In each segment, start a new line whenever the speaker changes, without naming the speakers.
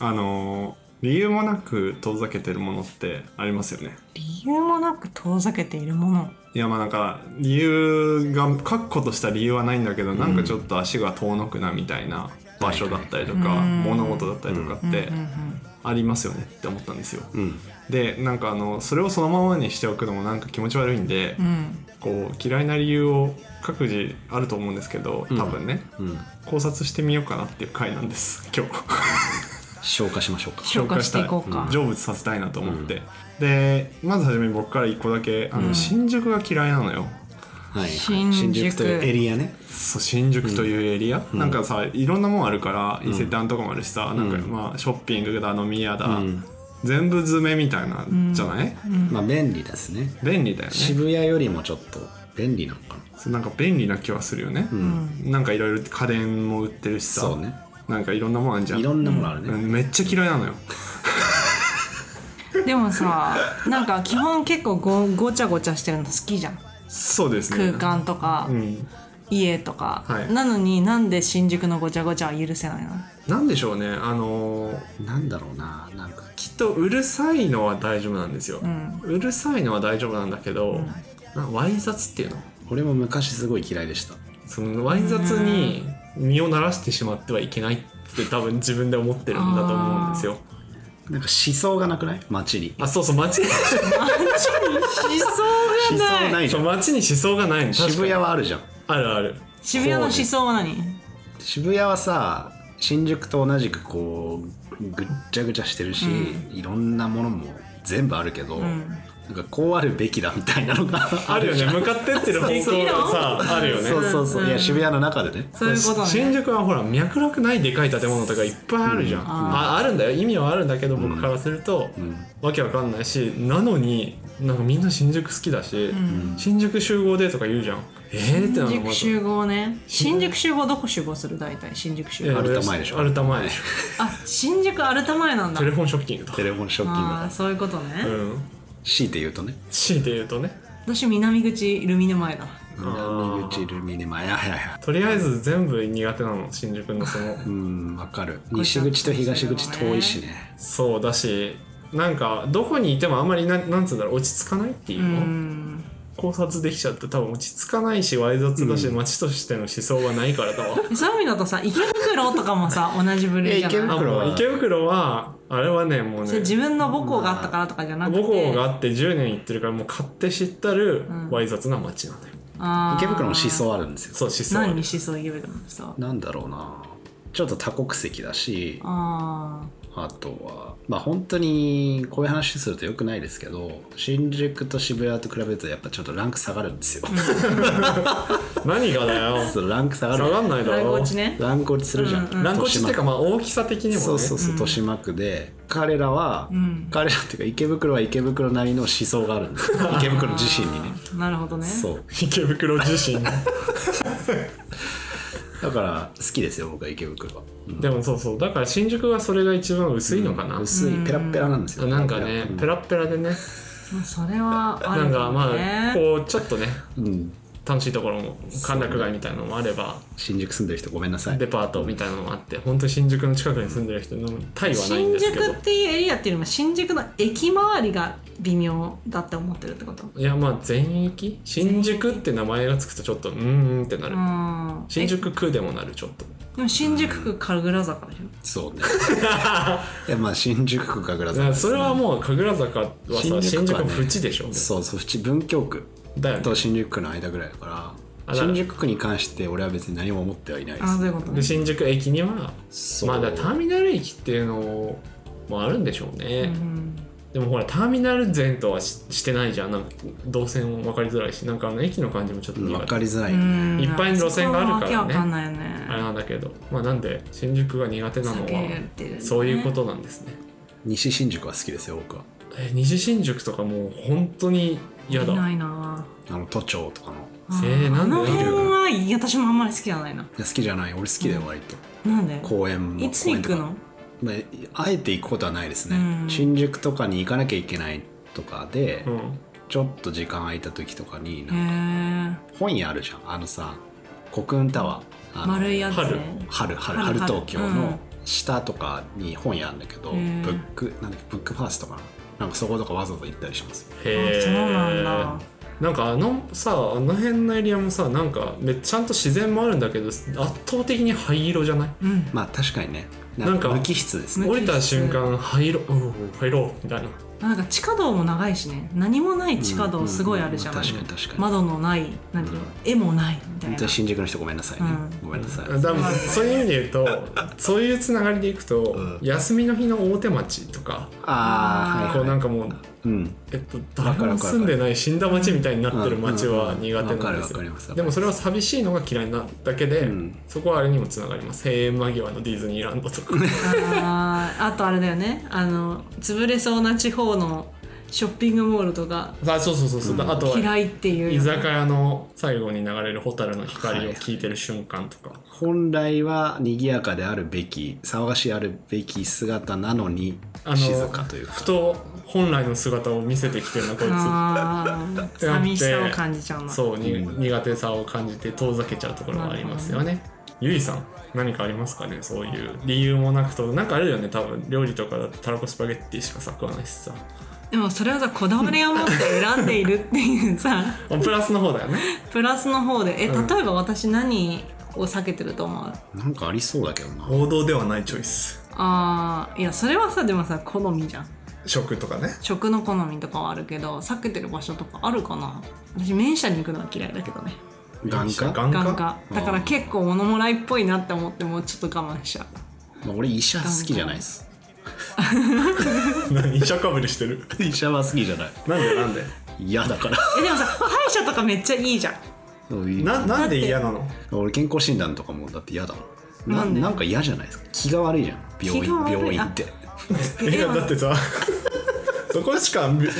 あのー理由もなく遠ざけてるものってありますよね
理由もなく遠ざけているもの
いやまあなんか理由が確固とした理由はないんだけど、なんかちょっと足が遠のくなみたいな場所だったりとか、
うん
物事だったりとかって
うんうん
ありますよねって思ったんですよ、
うん、
でなんかあのそれをそのままにしておくのもなんか気持ち悪いんで、
うん
こう嫌いな理由を各自あると思うんですけど多分ね、
うん、
考察してみようかなっていう回なんです今日。
消化しましょうか
消化していこうか
成仏させたいなと思って、でまず初めに僕から一個だけあの、
うん
新宿が嫌いなのよ
はい、
新宿
というエリアね
そう新宿というエリア、
うん
なんかさいろんなもんあるから、
ん
伊勢丹とかもあるしさなんか、まあ、ショッピングだ飲み屋だ、
うん
全部詰めみたいなじゃない、
まあ便利ですね
便利だよね
渋谷よりもちょっと便利なのかな
そうなんか便利な気はするよね、なんかいろいろ家電も売ってるしさ
そうね
なんかいろんなもんあるじゃん
いろんなものあるね、
うんめっちゃ嫌いなのよ
で もさなんか基本結構ごごちゃごちゃしてるの好きじゃん
そうですね
空間とか、
うん
家とか、
はい
なのになんで新宿のごちゃごちゃは許せないの
なんでしょうねあのー
なんだろうななんか
きっとうるさいのは大丈夫なんですよ、
ん
うるさいのは大丈夫なんだけど、なわい雑っていうの
俺も昔すごい嫌いでした
そのわい雑に身を慣らしてしまってはいけないって多分自分で思ってるんだと思うんですよ
なんか思想がなくない街に
あそうそう街に
思想
思
が
想
ない
ないじ
そ
ゃ
うん街に思想がないの
渋谷
確かに
はあるじゃん
あるある
渋谷の思想は何
渋谷はさ新宿と同じくこうぐっちゃぐちゃしてるし、いろんなものも全部あるけど、なんかこうあるべきだみたいなのが
あるよね
じゃん
向かってってる方向がさあるよね
そうそうそう、いや
うん
渋谷の中でね
そういうことね
新宿はほら脈絡ないでかい建物とかいっぱいあるじゃん、ああるんだよ意味はあるんだけど僕からすると、わけわかんないしなのになんかみんな新宿好きだし、新宿集合でとか言うじゃんえー、ってな
新
の
宿集合ね新宿集合どこ集合する大体新宿集合
アルタ前でしょ
アルタ前でしょ
あ新宿アルタ前なんだ
テレフォンショッキングとか
テレフォンショッキング
あ
だ
あそういうことね、
うん
強いて言うとね
強いて言うとね
私南口ルミネ前だ
南口ルミネ前いやいやいや
とりあえず全部苦手なの新宿のその
うんわかる
ごち
西
ゃごちゃ
口と東口遠いしね
そうだしなんかどこにいてもあんまりななんつうんだろう落ち着かないっていう
う
の、
ん
考察できちゃって多分落ち着かないしわい雑だし、街としての思想がないからだわ
そういう意味だとさ池袋とかも さ同じ部類じゃ
え池
ない
あ
袋
もう池袋はあれはねもう
そ
ね
れ自分の母校があったからとかじゃなくて
母校があって10年行ってるからもう買って知ったる
ん
わい雑な街なのよ、
あー
池袋の思想あるんですよ
そう思想
何に思想池袋の思想
なんだろうなちょっと多国籍だし
あ
あとはまあ本当にこういう話するとよくないですけど新宿と渋谷と比べるとやっぱちょっとランク下がるんですよ、
何がだよ
そうランク下が
下が
る
んない
あ
だ
ライ
ろ
コチね
ランク落ちするじゃん、
うんうん
乱高地っていうかまあ大きさ的にもね
そうそうそう、豊島区で彼らは、
ん
彼らっていうか池袋は池袋なりの思想がある んです池袋自身にね
なるほどね
そう
池袋自 身
だから好きですよ僕は池袋は、
でもそうそうだから新宿はそれが一番薄いのかな、
薄いペラッペラなんですよ、
なんかねペラッペラでね
まあそれはあ
なん
る
か
か
ま
も
あ
ね
こうちょっとね
うん、
楽しいところも歓楽街みたいなのもあれば
新宿住んでる人ごめんなさい
デパートみたいなのもあって本当に新宿の近くに住んでる人のタイはないん
新
ですけ
宿
ど
っていうエリアっていうよりも新宿の駅周りが微妙だって思ってるってこと
いやまあ全域新宿って名前がつくとちょっとうーんってなる
うん
新宿区でもなるちょっと
えでも新宿区神楽坂でしょ
そうねいやまあ新宿区神楽
だか
坂
らそれはもう神楽坂はさ新
新
宿
宿区は
の
ね
淵でしょ
そうそう淵文京区
だよね
と新宿区の間ぐらいだから
だから
新宿区に関して俺は別に何も思ってはいないで
ああ
す
そういうことね
で新宿駅には
そう
まあだからターミナル駅っていうのもあるんでしょうね、
うん
でもほらターミナル前とはししてないじゃんなんか動線も分かりづらいしなんかあの駅の感じもちょっと
分
苦
か
手
りづらいよね、
い
いっぱいの路線があるからね
わけわかんないよ
あれ
ね
なんだけどまあなんで新宿が苦手なの
避け
は
てるね
そういうことなんですね
西新宿は好きですよ僕は
え西新宿とかもう本当に嫌だ
いないな
あの都庁とかのい
あ
せーなんで
あの辺はいい私もあんまり好きじゃないな
や好きじゃない俺好きだよ割と、
なんで
公園も
いつ行く
公園
の
とかまああえて行くことはないですね、
うん
新宿とかに行かなきゃいけないとかで、
うん
ちょっと時間空いた時とかに
へ
なんか
え
本屋あるじゃんあのさコクンタワーあの
丸いやつ
春
ね
春春
春
春
春
東京の下とかに本屋あるんだけど、
へー
ブックなんだっけブックファーストかななんかそことかわざわざ行ったりしますよ
へ
あ
え
そうなんだ
なんかあのさあの辺のエリアもさなんかめちゃんと自然もあるんだけど圧倒的に灰色じゃない
うん
まあ確かにね
なんか
無機質ですね
無
降
機
り
質
た瞬間灰色うん灰色みたいな
なんか地下道も長いしね何もない地下道すごいあるじゃん、
ううう確かに確かに
窓のないなんていうの、絵もないみたい
本
な
当に新宿の人ごめんなさいね、ごめんなさい、
だからそういう意味で言うとそういうつながりでいくと、
ん
休みの日の大手町とか、
ああ
こうなん
か
かもう、
うん
えっと、
わ
誰
かるわかる
も住んでない死んだ町みたいになってる町は苦手
わか
なん
る
で
わ
す
かり
よ
ますわかります
でもそれは寂しいのが嫌いなだけで、
ん
そこはあれにもつながります閉園間際のディズニーランドと か
あーあとあれだよねあの潰れそうな地方のショッピングモールとか
あそうそうそうそう、あとは
嫌いっていう
居酒屋の最後に流れる蛍の光を聞いてる瞬間とか、
本来は賑やかであるべき騒がしいあるべき姿なのに
あの
静かというか
ふと本来の姿を見せてきてるなこいつ
あー
てなって
寂しさを感じちゃうな
そうに、苦手さを感じて遠ざけちゃうところはありますよねゆいさん何かありますかねそういう理由もなくとなんかあるよね多分料理とかだとたらこスパゲッティしかさ食わないしさ
でもそれはさこだわりを持って選んでいるっていう さ
あプラスの方だよね
プラスの方でえ例
うん
えば私何を避けてると思う、
なんかありそうだけどな
王道ではないチョイス
あーいやそれはさでもさ好みじゃん
食とかね
食の好みとかはあるけど避けてる場所とかあるかな私麺社に行くのは嫌いだけどね
眼科
眼
眼
科
科だから結構物もらいっぽいなって思ってもうちょっと我慢しちゃう
まあ俺医者好きじゃないです
何医者かぶりしてる
医者は好きじゃない
なんでなんで
嫌だから
えでもさ歯医者とかめっちゃいいじ ゃん
そういう
ななんで嫌なの
俺健康診断とかもだって嫌だもんな
なんで
なんか嫌じゃないですか気が悪いじゃん病
気
院
が悪い
病院って
いや
でも
だってさ そこしかなんか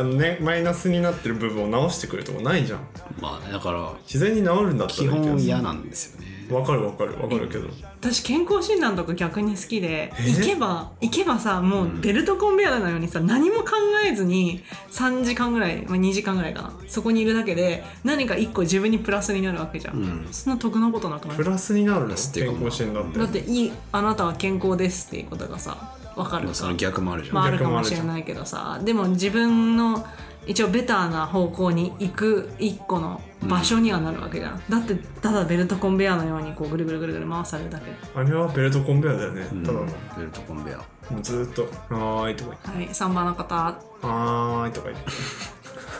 あの、ね、マイナスになってる部分を直してくれるとこないじゃん
まあねだから
自然に治るんだったら
基
いいけど
本
さ
嫌なんですよね
わかるわかるわかるけど
私健康診断とか逆に好きで行けば行けばさもうベルトコンベヤーのようにさ何も考えずに3時間ぐらい、まあ、2時間ぐらいかなそこにいるだけで何か1個自分にプラスになるわけじゃん、
うん
そんな得なことなくない
プラスになるの
ラスっていうか
健康診断って
だっていいあなたは健康ですっていうことがさ分かる
まあその逆もあるじゃん、
まあ、あるかもしれないけどさでも自分の一応ベターな方向に行く一個の場所にはなるわけじゃん、だってただベルトコンベヤーのようにこうぐるぐるぐるぐる回されるだけ
あれはベルトコンベアだよね、
うん
ただの
ベルトコンベア
もうずーっと「はーい」とか言って
はい3番の
「
方
はーい」とか言って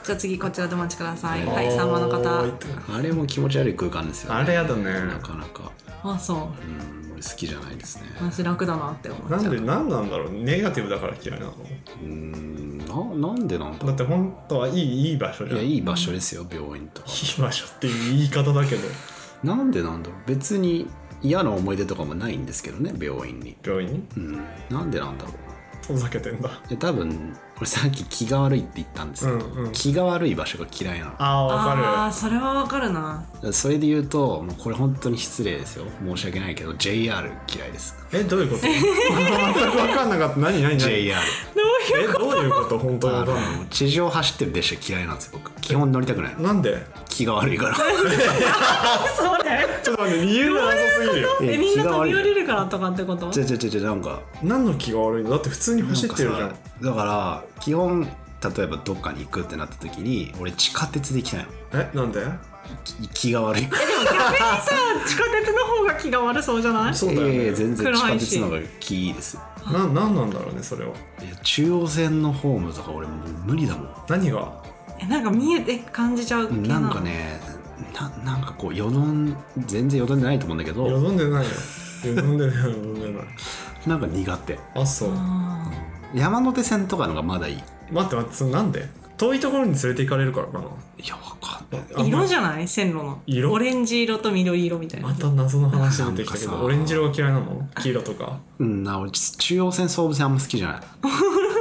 じゃあ次こちらでお待ちくださ
「
いはい3番の
はーい
方
とか
あれも気持ち悪い空間ですよ、ね、
あれやだね
なかなか
あそう
うん俺好きじゃないですね
私楽だなって思っちゃ
な
うん
で何なんだろうネガティブだから嫌いなの
うんななんでなんだ
だって本当はいいいい場所じ
い
ゃん
やいい場所ですよ病院とか
いい場所っていう言い方だけど
なんでなんだろう別に嫌な思い出とかもないんですけどね病院に
病院に
うんなんでなんだろう
遠ざけてんだ
で多分俺さっき気が悪いって言ったんですけど、
うんうん
気が悪い場所が嫌いなのだか
あー
あ
わ
あそれはわかるな
らそれで言うともうこれ本当に失礼ですよ申し訳ないけど JR 嫌いです
かるえどういうこと全く分かんなかった何何何
JR
えどういうこと本当に
あ
分かんない
の地上走ってる列車嫌いなんですよ僕基本乗りたくないの
なんで
気が悪いから
それ
ちょっと待って理由がなさすぎるよ
えみんな
気が
飛
悪い
び降りるからとかってこと
じゃじゃじゃじゃなんか
何の気が悪いのだって普通に走ってるじゃ
なんかさだから基本例えばどっかに行くってなった時に俺地下鉄で行きたいの
えなんで
き気が悪いから
でも逆にさ地下鉄の方が気が悪そうじゃない
そうだよね
ええ全然
暗い
地
し
下鉄の方が気いいです
ななんなんだろうねそれはい
や中央線のホームとか俺もう無理だもん
何が
えなんか見えて感じちゃう系な
なんかねななんかこうよどん全然よどんでないと思うんだけ
よ
ど
どんでないよよどんでないよどんでない
なんか苦手
あそう
あー
山手線とかのがまだいいい
待って待ってそれなんで遠いところに連れて行かれるからかな
やわかんない
あんまり
色じゃない線路の
色
オレンジ色と緑色みたいな、
また謎の話出てきたけ
なんか
ど
さ
オレンジ色が嫌いなの黄色とか
うんな俺中央線総武線あんま好きじゃない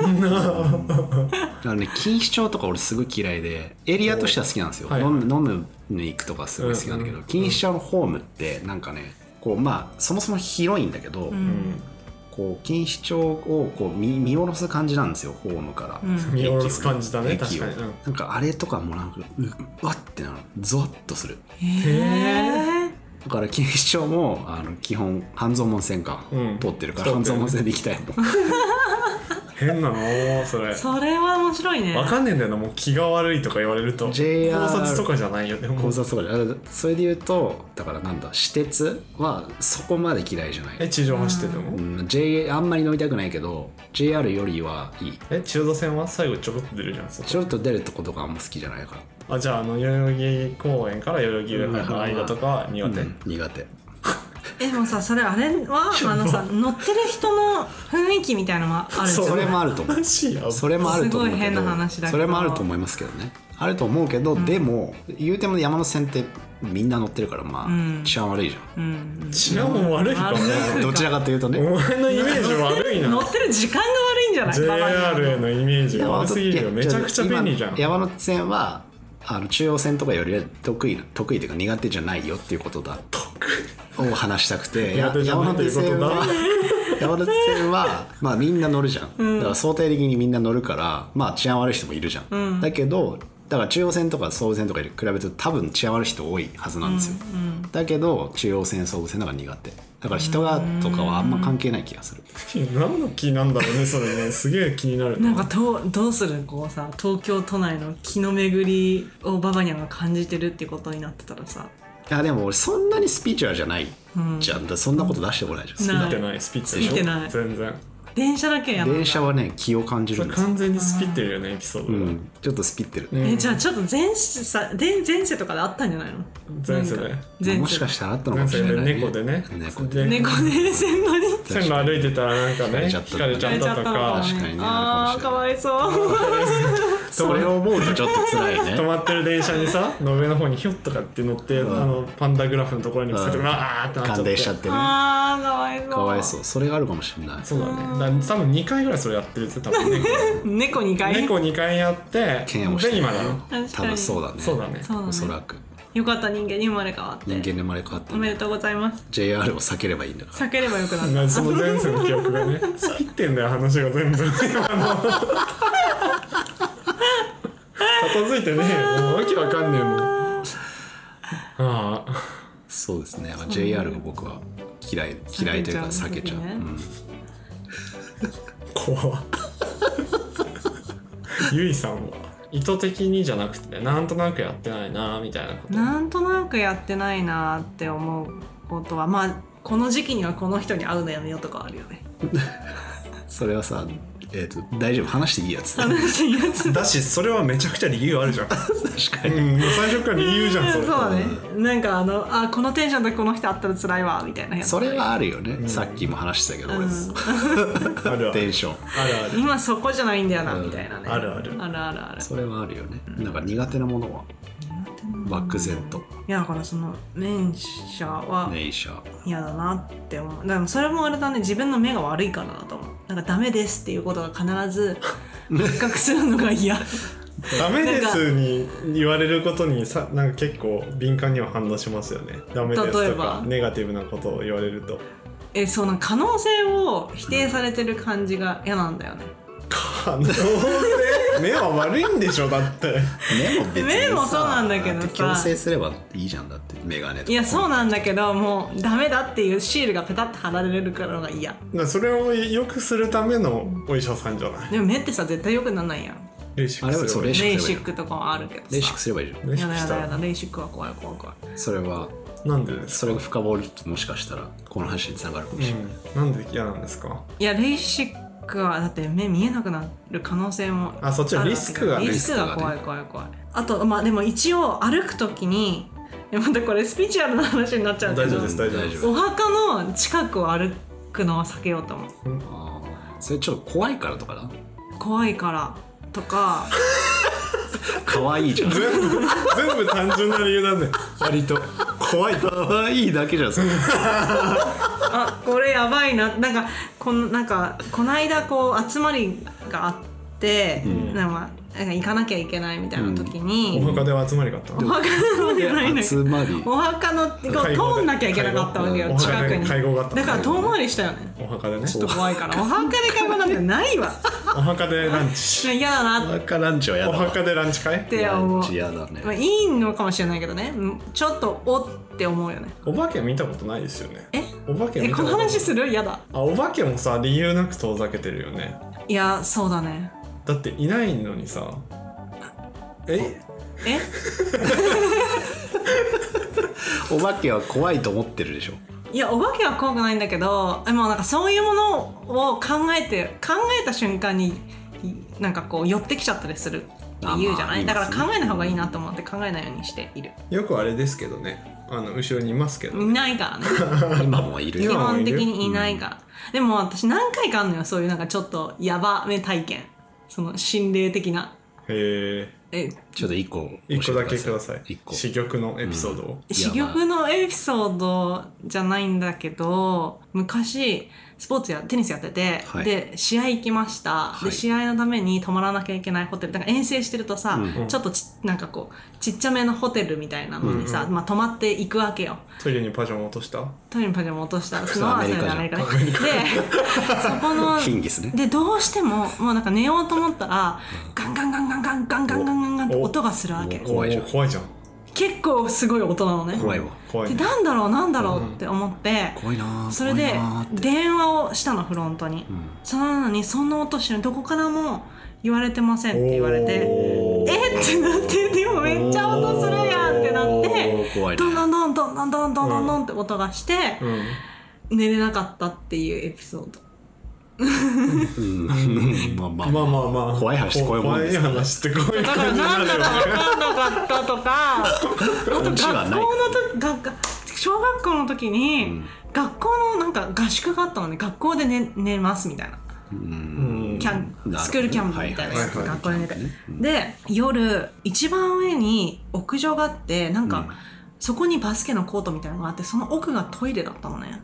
あのね錦糸町とか俺すごい嫌いでエリアとしては好きなんですよ、
おはいはい
飲む飲むに行くとかすごい好きなんだけど、
うんうん
錦糸町のホームってなんかねこうまあそもそも広いんだけど、
う
うんん
こう錦糸町をこう見見下ろす感じなんですよホームから、
うん
見下ろす感じだね
駅
確か
を
にうん
なんかあれとかもなんかううわってなるゾワッとする
へえ
だから錦糸町もあの基本半蔵門線か、
うん
通ってるか
通って
ら
る
半蔵門線で行きたいもん
変なのそれ
それは面白いね
わかんねえんだよなもう気が悪いとか言われると
JR
考察とかじゃないよねも
交
う
差とかであそれで言うとだからなんだ私鉄はそこまで嫌いじゃな
え
い、
地上走ってて
う
も
ん、J あんまり乗りたくないけど JR よりはいい
え中央線は最後ちょこっと出るじゃんそこ
ちょっと出るとことかあんま好きじゃないから
あじゃああの代々木公園から代々木上原の間とかは苦手、
うん苦手
えでもさそれあれはあのさ乗ってる人の雰囲気みたいなのもあるじゃん
それもあると思う
話やば
それもあると思う
す
けど
ごい変な話だけど
それもあると思いますけどねあると思うけど、でも言うても山手線ってみんな乗ってるからまあ、
うん
治安悪いじゃ
うん
治安も悪いかもね
悪
ん
い
どちらかというとね、
お前のイメージ悪い
乗
な
ってる時間が悪いんじゃないバカに
JR へのイメージが悪すぎるよめちゃくちゃ便利じゃん
今山手線はあの中央線とかよりは得意得意というか苦手じゃないよっていうことだを話したくて
苦手じゃない
山手線は山手線はまあみんな乗る じゃん、だから想定的にみんな乗るからまあ治安悪い人もいるじゃん、だけどだから中央線とか総武線とかに比べると多分治安悪い人多いはずなんですよ、だけど中央線総武線の方が苦手だから人がとかはあんま関係ない気がする、
何の気なんだろうねそれねすげえ気になる
なんかとどうするこうさ東京都内の気の巡りをババニャが感じてるってことになってたらさ
いやでも俺そんなにスピーチュアルじゃないじゃん、だからそんなこと出してこないじゃん、
見てないスピッツでしょ
見てない
全然
電車だけやんのか
電車はね気を感じ
そ
るん
れ
ですよ、
完全にスピってるよねエピソー
う
ドが
ん、ちょっとスピってる、
うん
えじゃあちょっと前世さ前前世とかであったんじゃないの
前世で
なんか前世
もしかしたらあったの
前
かもし
世
れ
で
ない、ね、
猫でね
猫で
で
猫で線路に
線路歩いてたらなんかね
惹
惹
か
か
れ
れ
ち
ち
ゃ
ゃ
っ
ったとか
確かにね
あ
あ
あ
る
ー
か
か
もし
わいそう
それを思うとちょっと辛い
止
ね
まってる電車に さの上の方にひょっとかって乗って、あのパンダグラフのところにぶつかって
うん
わ、ーってなっちゃっ
感
て
電しちゃってねか
あーかわいそう
わいそうそれがあるかもしれない
そうだねだ多分2回ぐらいそれやってるって多 分ね
猫2回
猫2回やって
剣をして
で今なの
確
多
かに
分そうだね
そうだね
そうだね
おそらく
よかった人間に生まれ変わって
人間に生まれ変わって
おめで
ね
とうございます
JR を避ければいいんだから
避ければよくなった
なその前世の記憶 がね好きってんだよ話が全部あの片付いてねえよもうわけわかんねえもん ああ
そうですね JR が僕は嫌い嫌いというか避
避け
けち
ち
ゃ
ゃ
う
う
うん
怖っゆいさんは意図的にじゃなくてなんとなくやってないなみたいなこと
なんとなくやってないなーって思うことはまあこの時期にはこの人に会うのやめようとかあるよね。
それはさえっと大丈夫話していいやつ確
話していいやつ
だしそれはめちゃくちゃ理由あるじゃん
かに
うんもう最初から理由じゃんそ
そ
れ
うだね。なんかあのあこのテンションでこの人会ったら辛いわみたいなやつ。
それはあるよねさっきも話してたけど俺も
あるあ
テン
る
ション
あるある
今そこじゃないんだよなみたいなね。
あるある
あるあるある。
それはあるよねなんか苦手なものは漠然と
いやだからその面者は
ネイシャー
嫌だなって思う。でもそれもあれだね自分の目が悪いからだと思う。なんかダメですっていうことが必ず発覚するのが嫌。
ダメですに言われることにさなんか結構敏感には反応しますよねダメです
例え
とか
ば
ネガティブなことを言われると
えそうなんか可能性を否定されてる感じが嫌なんだよね。
可能性 目は悪いんでしょだって
目も別にさ
目もそうなんだけどさ
って矯正すればいいじゃんだってメガネとか
いやそうなんだけどもうダメだっていうシールがペタッと貼られるからのが嫌
なそれを良くするためのお医者さんじゃない
でも目ってさ絶対良くならないやん
レーシッ
あ
ク
れ
す
はそ
れば
う
い
レ
い
ー
レ
シ
ー
ック
シック
すればいい
とかはあるけどさ
レーシックすればいいじゃん
レーシ
や
ック
だ
し
や
た
だ
ら
やだレーシックは怖い怖い怖い
それは
なんでです
それが深掘るともしかしたらこの話につながるかもしれない、
うん、なんで嫌なんですか
いやレーシックはだって目見えなくなる可能性も
あそっちはリスクが
リスクが怖い怖い怖いあとまあでも一応歩く時にいやまたこれスピリチュアルな話になっちゃうけど
大丈夫です大丈夫です
お墓の近くを歩くのは避けようと思う
あそれちょっと怖いからとかな
怖いからとか
可愛い じゃん
全部全部単純な理由なんだよ割と怖いと
可愛いだけじゃんそれ
あこれやばいななんかこんなんかこないだこう集まりがあって、なんかなんか行かなきゃいけないみたいな時に、
お墓では集まりがあった
お
の
墓のじゃないの
集まり
お墓の
会
こ
合
う通んなきゃいけなかったわけよ
お墓
近くに
会合があった
だから遠回りしたよね
お墓でね
ちょっと怖いからお墓で会話なんてないわ
お墓でランチ
嫌だ
お
なっ
墓ランチはや
お
だわ
墓でランチ会
て思
ラ
う
ンチやだ
まあ、
ね
いいのかもしれないけどねうんちょっとおって思うよね
お化け見たことないですよね
え
お化け
え
見た
こ
こと
の話するやだ
あお化けもさ理由なく遠ざけてるよね
いやそうだね
だっていないのにさえ
え
お化けは怖いと思ってるでしょ
いやお化けは怖くないんだけどでもなんかそういうものを考えて考えた瞬間にいなんかこう寄ってきちゃったりするっていうじゃない、
あまあ
だ
いいですね
から考えない方がいいなと思って考えないようにしている
よくあれですけどねあの後ろにいますけど
いないからね
今もいる
基
今
よ
もい
本
る
的にいないから、でも私何回かあんのよそういうなんかちょっとやばめ体験その心霊的な
へえ
え
ちょっと一個
一個だけくだ
教
さ
え
い
て一個
珠玉のエピソードを、
いや
珠玉のエピソードじゃないんだけど昔スポーツやテニスやってて、
はい
で試合行きました、
は
で
い
試合のために泊まらなきゃいけないホテルなんか遠征してるとさ、
うん
ちょっとちなんかこうちっちゃめのホテルみたいなのにさ、
うん
まあ、泊まっていくわけよ。
トイレにパジャマ落とした
トイレにパジャマ落とした
それ
のは
アメリカじゃん
それでアメリカねでそこの
ヒンギスね
でどうしてももうなんか寝ようと思ったらガンガンガンガンガンガンガンガンガンガンって
お
音がするわけ
お怖いじゃん
おー怖いじゃん
結構すごい音なのね
怖いわ
怖い
で
ね
なんだろうなんだろうって思って、
怖いなあ
それで
怖いなあって
電話をしたのフロントに、
うん
そのなのにそんな音してるどこからも言われてませんって言われて
おー
えっってなってでもめっちゃ音するやんってなっ
お
て
ー怖いね
どんどんどんどんどんどんどんどんどんって音がして、
うん
寝れなかったっていうエピソード
うんまあまあ
まあまあまあ
怖い話こういうもんです
怖い話ってこういう
だから
感じに
な
なんる
だ
よ
か分かんなかったとかあと学
うち
校
はな
の
い
時学学小学校の時に、学校のなんか合宿があったので学校で寝寝ますみたいな
うん
キャン
なるほどね
スクールキャンプみたい
は
なやつ、
いはいはい
学校で寝て、で夜一番上に屋上があってなんか、そこにバスケのコートみたいなのがあってその奥がトイレだったのね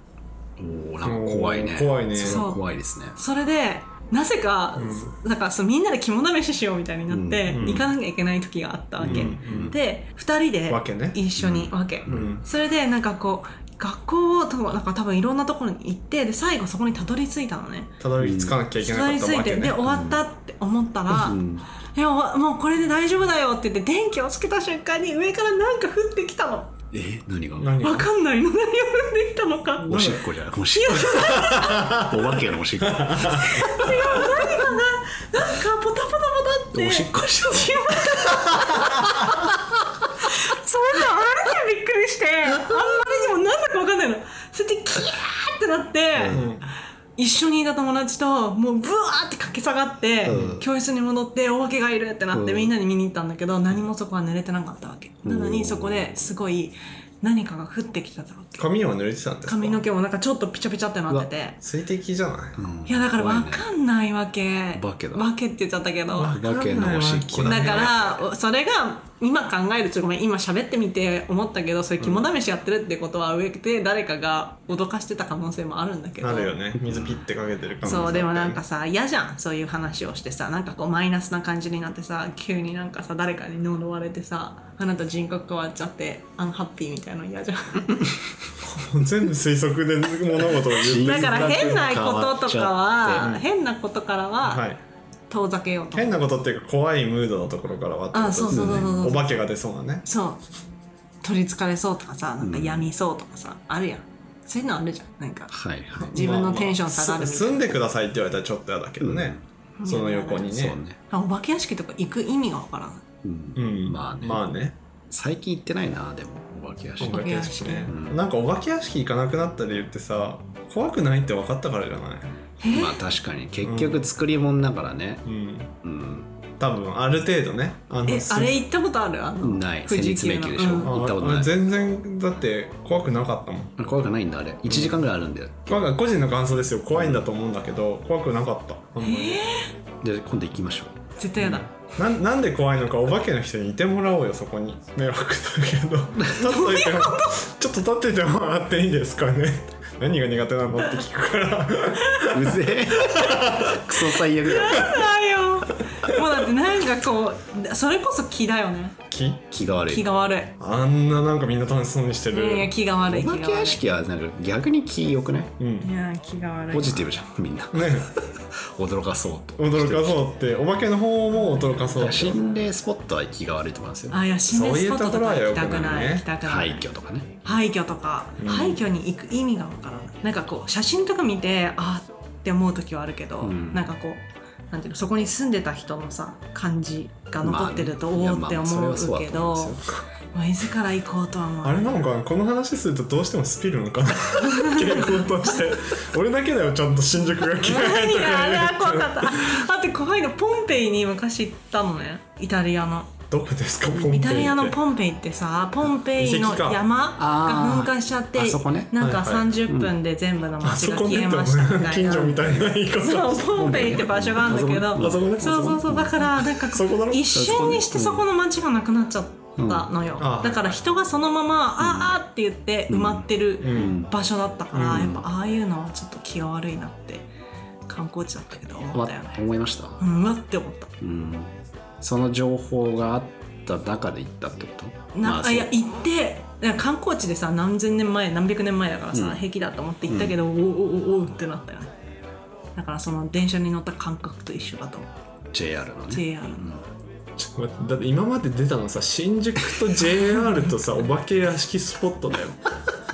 おおなんか怖いね
うん怖いね
それは怖いですね
それでなぜか、なんかそうみんなで肝試ししようみたいになって、
うん
行かなきゃいけない時があったわけ、
うん
で2人で
わけね
一緒にわけ、
ん
それでなんかこう学校をともなんか多分いろんなところに行ってで最後そこにたどり着いたのね
たどり着かなきゃいけ
た
な
ど
か
り
っ
着
た
い
わけ
て
ね
で終わったって思ったら、
ん
いやおわもうこれで大丈夫だよって言って電気をつけた瞬間に上からなんか降ってきたの
え何が
何
わかんないの何が降ってきたのか
おしっこじゃなくおしっこ お化けのおしっこ
なんかポタポタポタって
おしっこし
違うそれであまりにもびっくりしてあんまりにもなんだかわかんないのそれでキヤーってなって、
うん
一緒にいた友達ともうブワーって駆け下がって、
うん
教室に戻ってお化けがいるってなって、
うん
みんなに見に行ったんだけど何もそこは濡れてなかったわけなのにそこですごい何かが降ってきてたわけ
髪は濡れてたんですか
髪の毛もなんかちょっとピチャピチャってなってて
水滴じゃない、
いやだからわ
ん
かんないわけ
お化けだ
わけって言っちゃったけど
お化けのおしっこ
だからそれが今考えるちょっとごめん今喋ってみて思ったけどそれ肝試しやってるってことは上で誰かが脅かしてた可能性もあるんだけど
なるよね水ピッてかけてる感じ
そうでもなんかさ嫌じゃんそういう話をしてさなんかこうマイナスな感じになってさ急になんかさ誰かに呪われてさあなた人格変わっちゃってアンハッピーみたいなの嫌 じゃん
全部推測で物事を言って
だから変なこととか
変わっちゃっ
は変なことから
は
はい遠ざけようと思
変
う、
なことっていうか怖いムードのところからはってこと
あそうそうそうそうそう
お化けが出そうなね
そう取りつかれそうとかさなんか病みそうとかさ、あるやんそういうのあるじゃんなんか
はいはい
自分のテンション下がるみたいな
す住んでくださいって言われたらちょっと嫌だけどね、その横に
そ
ね
うね
あお化け屋敷とか行く意味がわからない
うん
うん
まあね
まあね
最近行ってないなでもお化け屋敷
お化け屋敷ね、
うん
なんかお化け屋敷行かなくなった理由ってさ怖くないって分かったからじゃない
え
まあ確かに結局作り物だからね
うん
うん
多分ある程度ねあの
えあれ行ったことあるあの
ない
富
戦
士
慄
急
迷
の
宮でしょ、
うん
行ったこと
あ
な
あ
い
全然だって怖くなかったもん
怖くないんだあれ1時間ぐらいあるんだよ
なんか個人の感想ですよ怖いんだと思うんだけど怖くなかったあんまり、
で今度行きましょう
絶対やだ、
なんなんで怖いのかお化けの人にいてもらおうよそこに迷惑だけど立っといてもちょっと立っててもらっていいですかね何が苦手なのって聞くから
うぜ えクソ最悪だ
だよもうだってなんかこうそれこそ気だよね
気
気が悪い
気が悪い
あんななんかみんな楽しそうにして
うんいや
る
気が悪い
お
気が
化け
悪
屋
い
敷はなんか逆に気良くない
うん
いや気が悪い
ポジティブじゃんみんな
ね
驚かそうと
驚かそうってお化けの方も驚かそうって
心霊スポットは気が悪いと思いますよ
あいや心霊スポットとか行き
そういうと
たくない
ころは良くないね
行きたくない、
廃墟とかね
廃墟とか、
うん
廃墟に行く意味がわからないなんかこう写真とか見てあーって思う時はあるけど、
うん
なんかこうなんていうのそこに住んでた人のさ感じが残ってると、
まあねいや
おおって
まあそれ
思
はそうう
け
だと思
ど、
いますよ
まあ、自ら行こうとは思う
あれなんかこの話するとどうしてもスピるのかな 傾向として俺だけだよちゃんと新宿が嫌いとか
いやあれは怖
言う
かったあって怖いのポンペイに昔行ったのねイタリアの
どこですかポンペイって
イタリアのポンペイってさポンペイの
遺跡か
山が噴火しちゃって
あーあそこね
なんか
はいはい
30分で全部の
あ
街
そ
が
こ
消
ね
えましたみたいな、
近所みたいな言い方
そうポンペイって場所があるんだけ
あそこね
どそうそうそうだからなんか
そこだろ
一瞬にしてそこの街がなくなっちゃったのよ、
うんあ
だから人がそのまま「あーあ」って言って埋まってる
ん
場所だったから、
うん
やっぱああいうのはちょっと気が悪いなって観光地だったけど思
わ
ったよね
思いました、
うんうわって思った
うん、その情報があった中で行ったってこと
な
まあ
あ、
そう
いや行ってなんか観光地でさ何千年前何百年前だからさ、
うん
平気だと思って行ったけど、おおおおおってなったよねだからその電車に乗った感覚と一緒だと思う
JR のね
JR の
ちょっと待ってだって今まで出たのさ新宿と JR とさお化け屋敷スポットだよ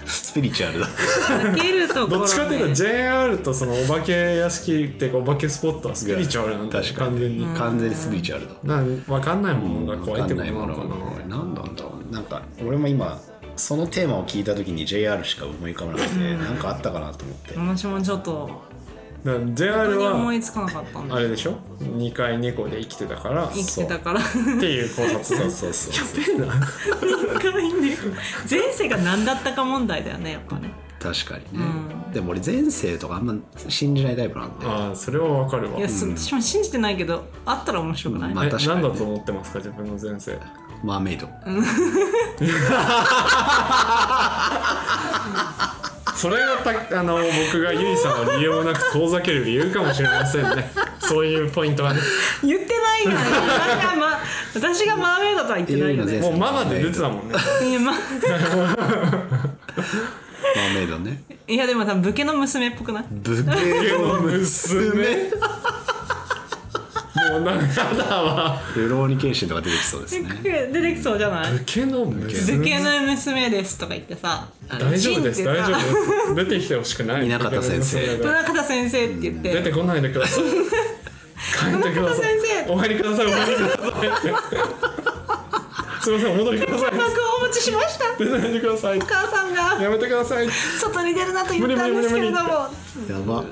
スピリチュアルだ
かけるところ、ね、
どっちかっていうと JR とそのお化け屋敷っていうかお化けスポットはスピリチュアルなんだよ
確か
完全に、
完全にスピリチュアルだ、
なん分かんないものが怖いってことなのか
わ
な
かんないものが何なんだろうなんか俺も今そのテーマを聞いた時に JR しか思い浮かばなくてなんかあったかなと思って
私もちょっと
だから
本
JR
当に思
はい
つかなかったん
あ
だ
れでしょ2回猫で生きてたから
生きてたから
っていう考察
そうそうそうそう
深いね 前世が何だったか問題だよねやっぱね
確かにね、
う
でも俺前世とかあんま信じないタイプなんで
ああそれは分かるわ
いや、そ
うん
私も信じてないけどあったら面白くない、
まあ
え
確かにね
何だと思ってますか自分の前世
マーメイド
それがたあの僕がゆいさんを利用なく遠ざける理由かもしれません ねそういうポイントはね
言ってないよね私が,、ま、私がマーメイドとは言ってないよ
言うの
ね
もうママで出てたもんね
いや,、ま、
マーメイドね
いやでも多分武家の娘っぽくない
武家の娘
もうなんかやだわ
ルローニケンシンとか出てきそうですね
出てきそうじゃない
武家の娘
武家の娘ですとか言ってさ
大丈夫です
チンっ
大
てさ
丈 夫です出てきてほしくない
稲方先生
宗像先生って言って
出てこないでください帰ってください
宗像先生
お入りくださいお入りくださいすいませんお戻りください
幕をお持ちしました
出ないでください
お母さんが
やめてください
外に出るなと言ったんですけれども
やば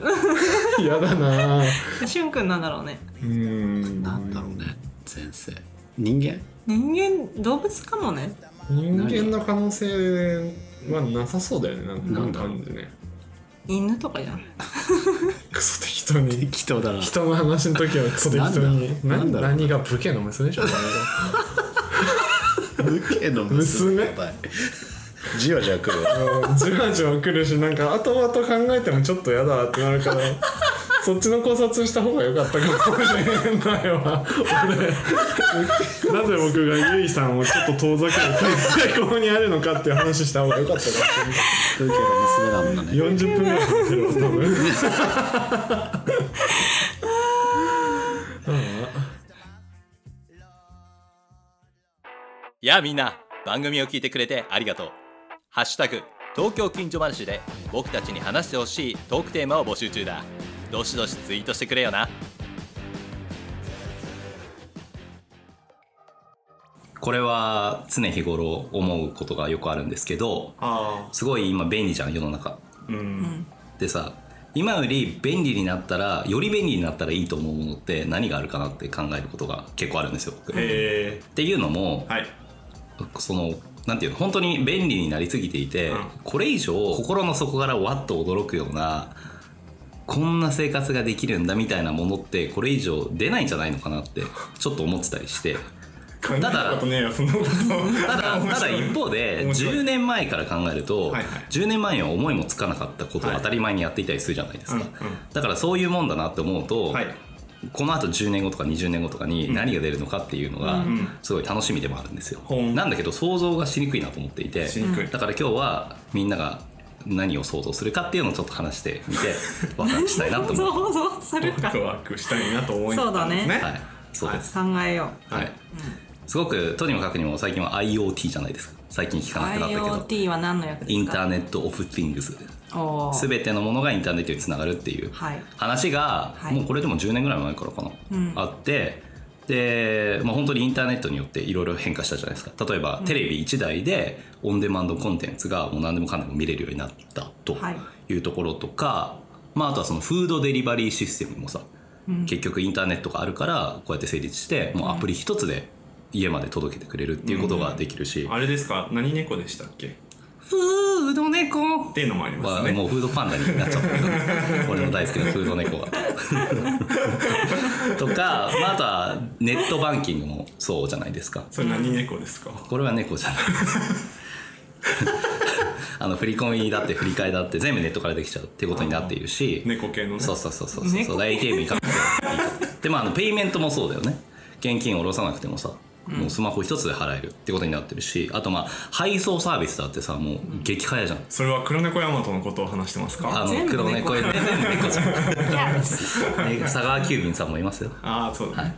やだなぁ
しゅんくんなんだろうね
うーん
なんだろうね前世人間
人間動物かもね
人間の可能性はなさそうだよねなんかなんか感じね
犬とかじゃん
クソ適当に
適当だな
人の話の時はクソ適当に
な
何
んだなんだ
何が武家の娘じゃない
武家の
娘
やばいじわじわ来るわ
うんじわじわ来るしなんか後々考えてもちょっとやだってなるからそっちの考察した方が良かったかもしれないわ俺なぜ僕がゆいさんをちょっと遠ざける傾向にあるのかっていう話した方が良かったか
武家の娘なんだ
もしれ
ね
ない40分ぐらい話してるわ多分
やあみんな番組を聞いてくれてありがとう「ハッシュタグ東京近所話」で僕たちに話してほしいトークテーマを募集中だどしどしツイートしてくれよな
これは常日頃思うことがよくあるんですけど
あ
すごい今便利じゃん世の中
あうん
でさ今より便利になったらより便利になったらいいと思うものって何があるかなって考えることが結構あるんですよ。僕っ
へ
ていうのも
えはい
そのなんていうの本当に便利になりすぎていて、
うん
これ以上心の底からわっと驚くようなこんな生活ができるんだみたいなものってこれ以上出ないんじゃないのかなってちょっと思ってたりして
考えたことねえよそんなこと
ただただ一方で
面白い
10年前から考えると、
はいはい
10年前には思いもつかなかったことを当たり前にやっていたりするじゃないですか、
はいうんうん
だからそういうもんだなって思うと、
はい
このあと10年後とか20年後とかに何が出るのかっていうのが
ん
すごい楽しみでもあるんですよ、
ほう
なんだけど想像がしにくいなと思っていて
しにくい
だから今日はみんなが何を想像するかっていうのをちょっと話してみて 分かしたいなと思う、
想像するか
ワクワクしたいなと思います
そうだ
はい、そうです、
考えよ
はいすごくとにもかくにも最近は IoT じゃないですか最近聞
う
かなくなったけど
IoT は何の役ですか
インターネット・オフ・ティングス
おー
全てのものがインターネットにつながるっていう
はい
話が、
はい
もうこれでも10年ぐらい前からかな、
うん
あってで、まあ、本当にインターネットによっていろいろ変化したじゃないですか例えば、テレビ1台でオンデマンドコンテンツがもう何でもかんでも見れるようになったと
はい
いうところとか、まあ、あとはそのフードデリバリーシステムもさ、結局インターネットがあるからこうやって成立してもうアプリ一つで家まで届けてくれるっていうことができるし、
あれですか何猫でしたっけっ
フード猫
ていうのもありま
ますあ、
ね、
もうフードパンダになっちゃったけど俺の大好きなフード猫 がとか、まあ、あとはネットバンキングもそうじゃないですか
それ何猫ですか
これは猫じゃ ないあの振り込みだって振り替えだって全部ネットからできちゃうってことになっているし、
猫系のね
そうそうそうそうそう
猫
ATM 行かなくていいとでまああのペイメントもそうだよね現金を下ろさなくてもさもうスマホ一つで払えるってことになってるしあとまあ配送サービスだってさもう激早じゃん
それは黒猫ヤマトのことを話してますか
あ
全
の
部
黒
猫
猫全部猫じゃん
いや
ね佐川急便さんもいますよ
ああそうだね、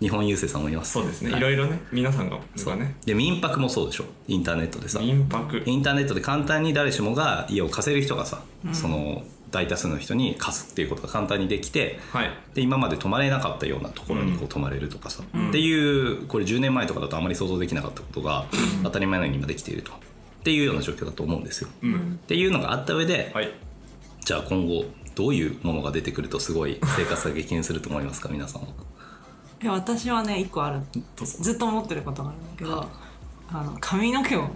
日本郵政さんもいます
そうですね、、
はい
ろいろね皆さんががね
で民泊もそうでしょインターネットでさイ
民泊
ンターネットで簡単に誰しもが家を貸せる人がさ、その大多数の人に貸すっていうことが簡単にできて、
はい
で今まで泊まれなかったようなところにこう泊まれるとかさ、っていうこれ10年前とかだとあまり想像できなかったことが当たり前のように今できているとっていうような状況だと思うんですよ、
うん
っていうのがあった上で、
はい
じゃあ今後どういうものが出てくるとすごい生活が激変すると思いますか皆さんは
いや私はね一個ある
どうぞ
ずっと思ってることがあるんだけ
は
どあの髪の毛を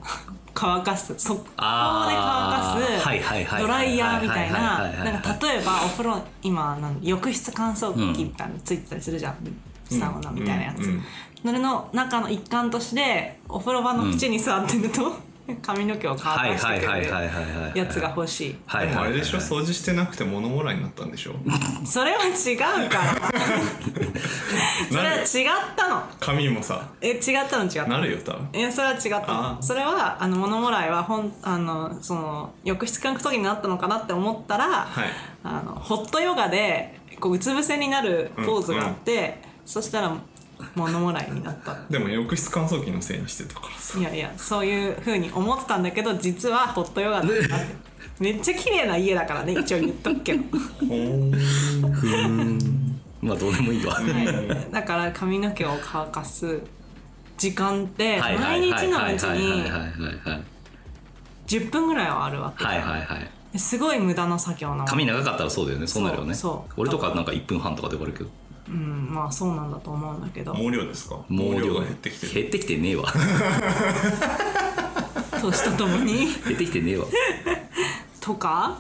乾かす速攻で乾
あー
かす
はいはいはい
ドライヤーみたい
はいはいはいはいはい
ななんか例えばお風呂今なん浴室乾燥機みたいなのついてたりするじゃん、サウナみたいなやつ、
うんうん
それの中の一環としてお風呂場の縁に座ってると、髪の毛を乾かしてくれる
はいはいはいはいはいはい
やつが欲しい
は
で
いはい
もあ
はい
れでしょ掃除してなくて物もらいになったんでしょ
それは違うからそれ
な
は
るよ
違ったの
髪もさ
え違ったの違ったの
なるよ多分
いやそれは違った
あ
の
ー
それはあの物もらいはほんあのその浴室感覚時になったのかなって思ったら、
はい
あのホットヨガでこううつ伏せになるポーズがあって、そしたら物もらいになった
でも浴室乾燥機のせいにしてたからさ
いやいやそういうふうに思ってたんだけど実はホットヨガだったってめっちゃ綺麗な家だからね一応言っとくけ ど、
ほーん
まあどうでもいいわ
はい、だから髪の毛を乾かす時間って
はい
毎日のうちに
はいはいはいはい
10分ぐらいはあるわけ
はいはいはい
すごい無駄な作業なの
髪長かったらそうだよねそうなるよね
そうそう
俺とかなんか1分半とかで終わるけど
うんまあそうなんだと思うんだけど
毛量ですか
毛量
が減ってきてる
減ってきてね えわ
年とともに
減ってきてねえわ
とか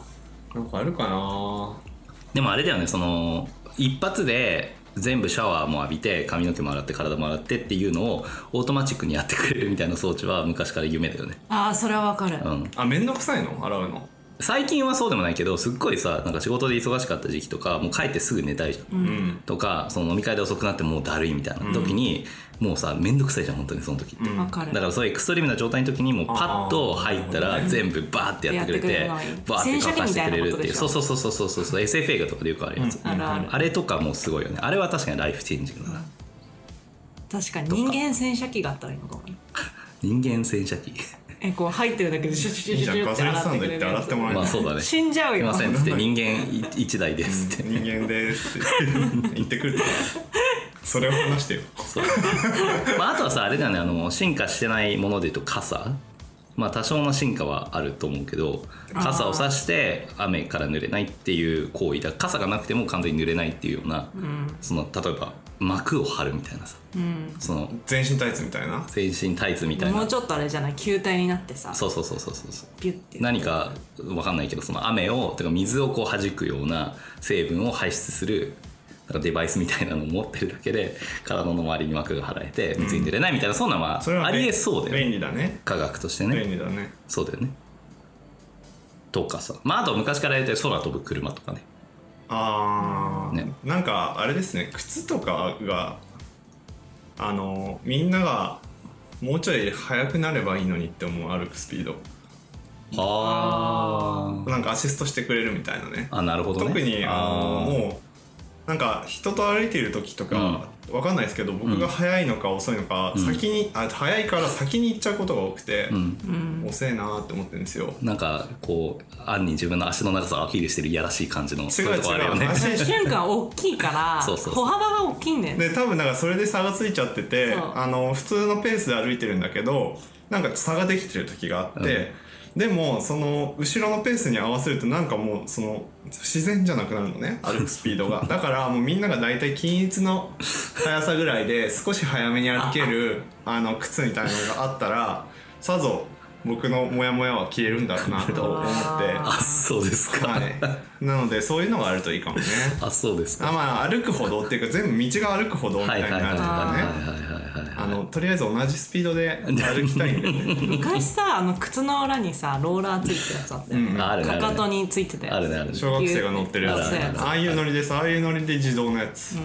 なんかあるかな
でもあれだよねその一発で全部シャワーも浴びて髪の毛も洗って体も洗ってっていうのをオートマチックにやってくれるみたいな装置は昔から夢だよね
ああそれはわかる、
うん
あ面倒くさいの洗うの
最近はそうでもないけどすっごいさなんか仕事で忙しかった時期とかもう帰ってすぐ寝たいじゃん、
うん
とかその飲み会で遅くなってもうだるいみたいな時に、もうさ面倒くさいじゃん本当にその時って、
わかる
だからそういうエクストリームな状態の時にもうパッと入ったら全部バーってやってくれて
やってくれるの
バーって乾かしてくれるっていう
洗車機みたいなことでしょ
そうそうそうそうそうそう SF 映画とかでよくあるやつ、
あるある
あれとかもすごいよねあれは確かにライフチェンジングだな
確かに人間洗車機があったらいいのかもね
人間洗車機
えこう入ってるだけでシュシュシュシュシュ
いい
って
じ
洗
ゃんガ
っ
ソリ
てくれる
ンスタンド行って洗ってもらえ
ま
る
あそうだね
死んじゃう
すい
よ
ませんっつって人間1台ですって、
人間ですって言ってくるとそれを話してよ
そうまあ、あとはさあれだよねあの進化してないもので言うと傘まあ、多少の進化はあると思うけど
あー
傘を差して雨から濡れないっていう行為だ傘がなくても完全に濡れないっていうような
うん
その例えば幕を張るみたいなさ
うん
その
全身タイツみたいな
全身タイツみたい
もう
な
ちょっとあれじゃない球体になってさ
そうそうそうそうそうそう
ビュッて
何かわかんないけどその雨をてか水をこう弾くような成分を排出するなんかデバイスみたいなのを持ってるだけで体の周りに膜が張られて水に出れないみたいな、そんなんは
それは
ありえそうだよ
便
ね
利だね
科学としてね
便利だね
そうだよねとかさまああと昔から言ってる空飛ぶ車とかね
あー、
ね
なんかあれですね靴とかがあのみんながもうちょい速くなればいいのにって思う歩くスピード
あ
なんかアシストしてくれるみたいなね
あなるほどね
特にあの
ー
もうなんか人と歩いている時とか、わかんないですけど僕が早いのか遅いのか、
ん
先にあ早いから先に行っちゃうことが多くて、
ん
うん
遅えなーって思ってるんですよ。
なんかこう暗に自分の足の長さをアピールしてるいやらしい感じの
違う
そういうとこあるよ
違
ね
う足
ヒュン君は大きいから
そうそうそう
歩幅が大きいんだよね
で多分なんかそれで差がついちゃってて
そう
あの普通のペースで歩いてるんだけどなんか差ができてる時があって、でもその後ろのペースに合わせるとなんかもうその自然じゃなくなるのね歩くスピードがだからもうみんなが大体均一の速さぐらいで少し早めに歩けるあの靴みたいなのがあったらさぞ僕のモヤモヤは消えるんだろうなと思って。
あ
あ そうですか、
はい、なのでそういうのがあるといいかもね
あそうですか
あまあ歩く歩道っていうか全部道が歩く歩道みたいになるとかね、あのとりあえず同じスピードで歩きたいんだよね
昔さあの靴の裏にさローラーついてたやつあったよ
うん
ね
あるねあ
か
るね
かとについてたやつ
あるねあるね
小学生が乗ってる やつ
そうやつ
ああいうノリですああいうノリで自動のやつ、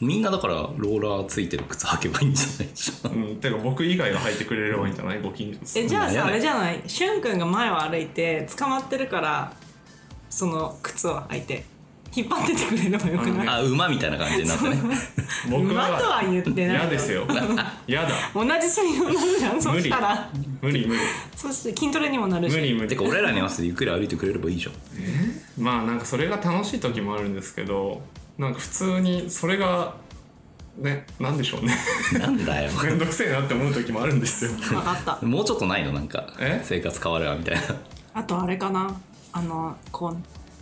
みんなだからローラーついてる靴履けばいいんじゃないでしょうか
うんてか僕以外が履いてくれればいいんじゃないご近所さん
えじゃあ
嫌
さ
だ
あ
よ
れじゃないしゅんくんが前を歩いて捕まってるからその靴を履いて引っ張っててくれればよくない、
あ馬みたいな感じになって ね
僕
馬とは言ってない
嫌ですよ嫌だ
同じ趣味のものじゃんそ
無
し
理
たら
無理 無理
そして筋トレにもなるし
無理無
て
理
か俺らに合わせてゆっくり歩いてくれればいいじゃん
まあなんかそれが楽しい時もあるんですけどなんか普通にそれがねなんでしょうね
なんだよ
めんどくせえなって思う時もあるんですよ
分かった
もうちょっとないのなんか
え
生活変わるわみたいな
あとあれかなあのこう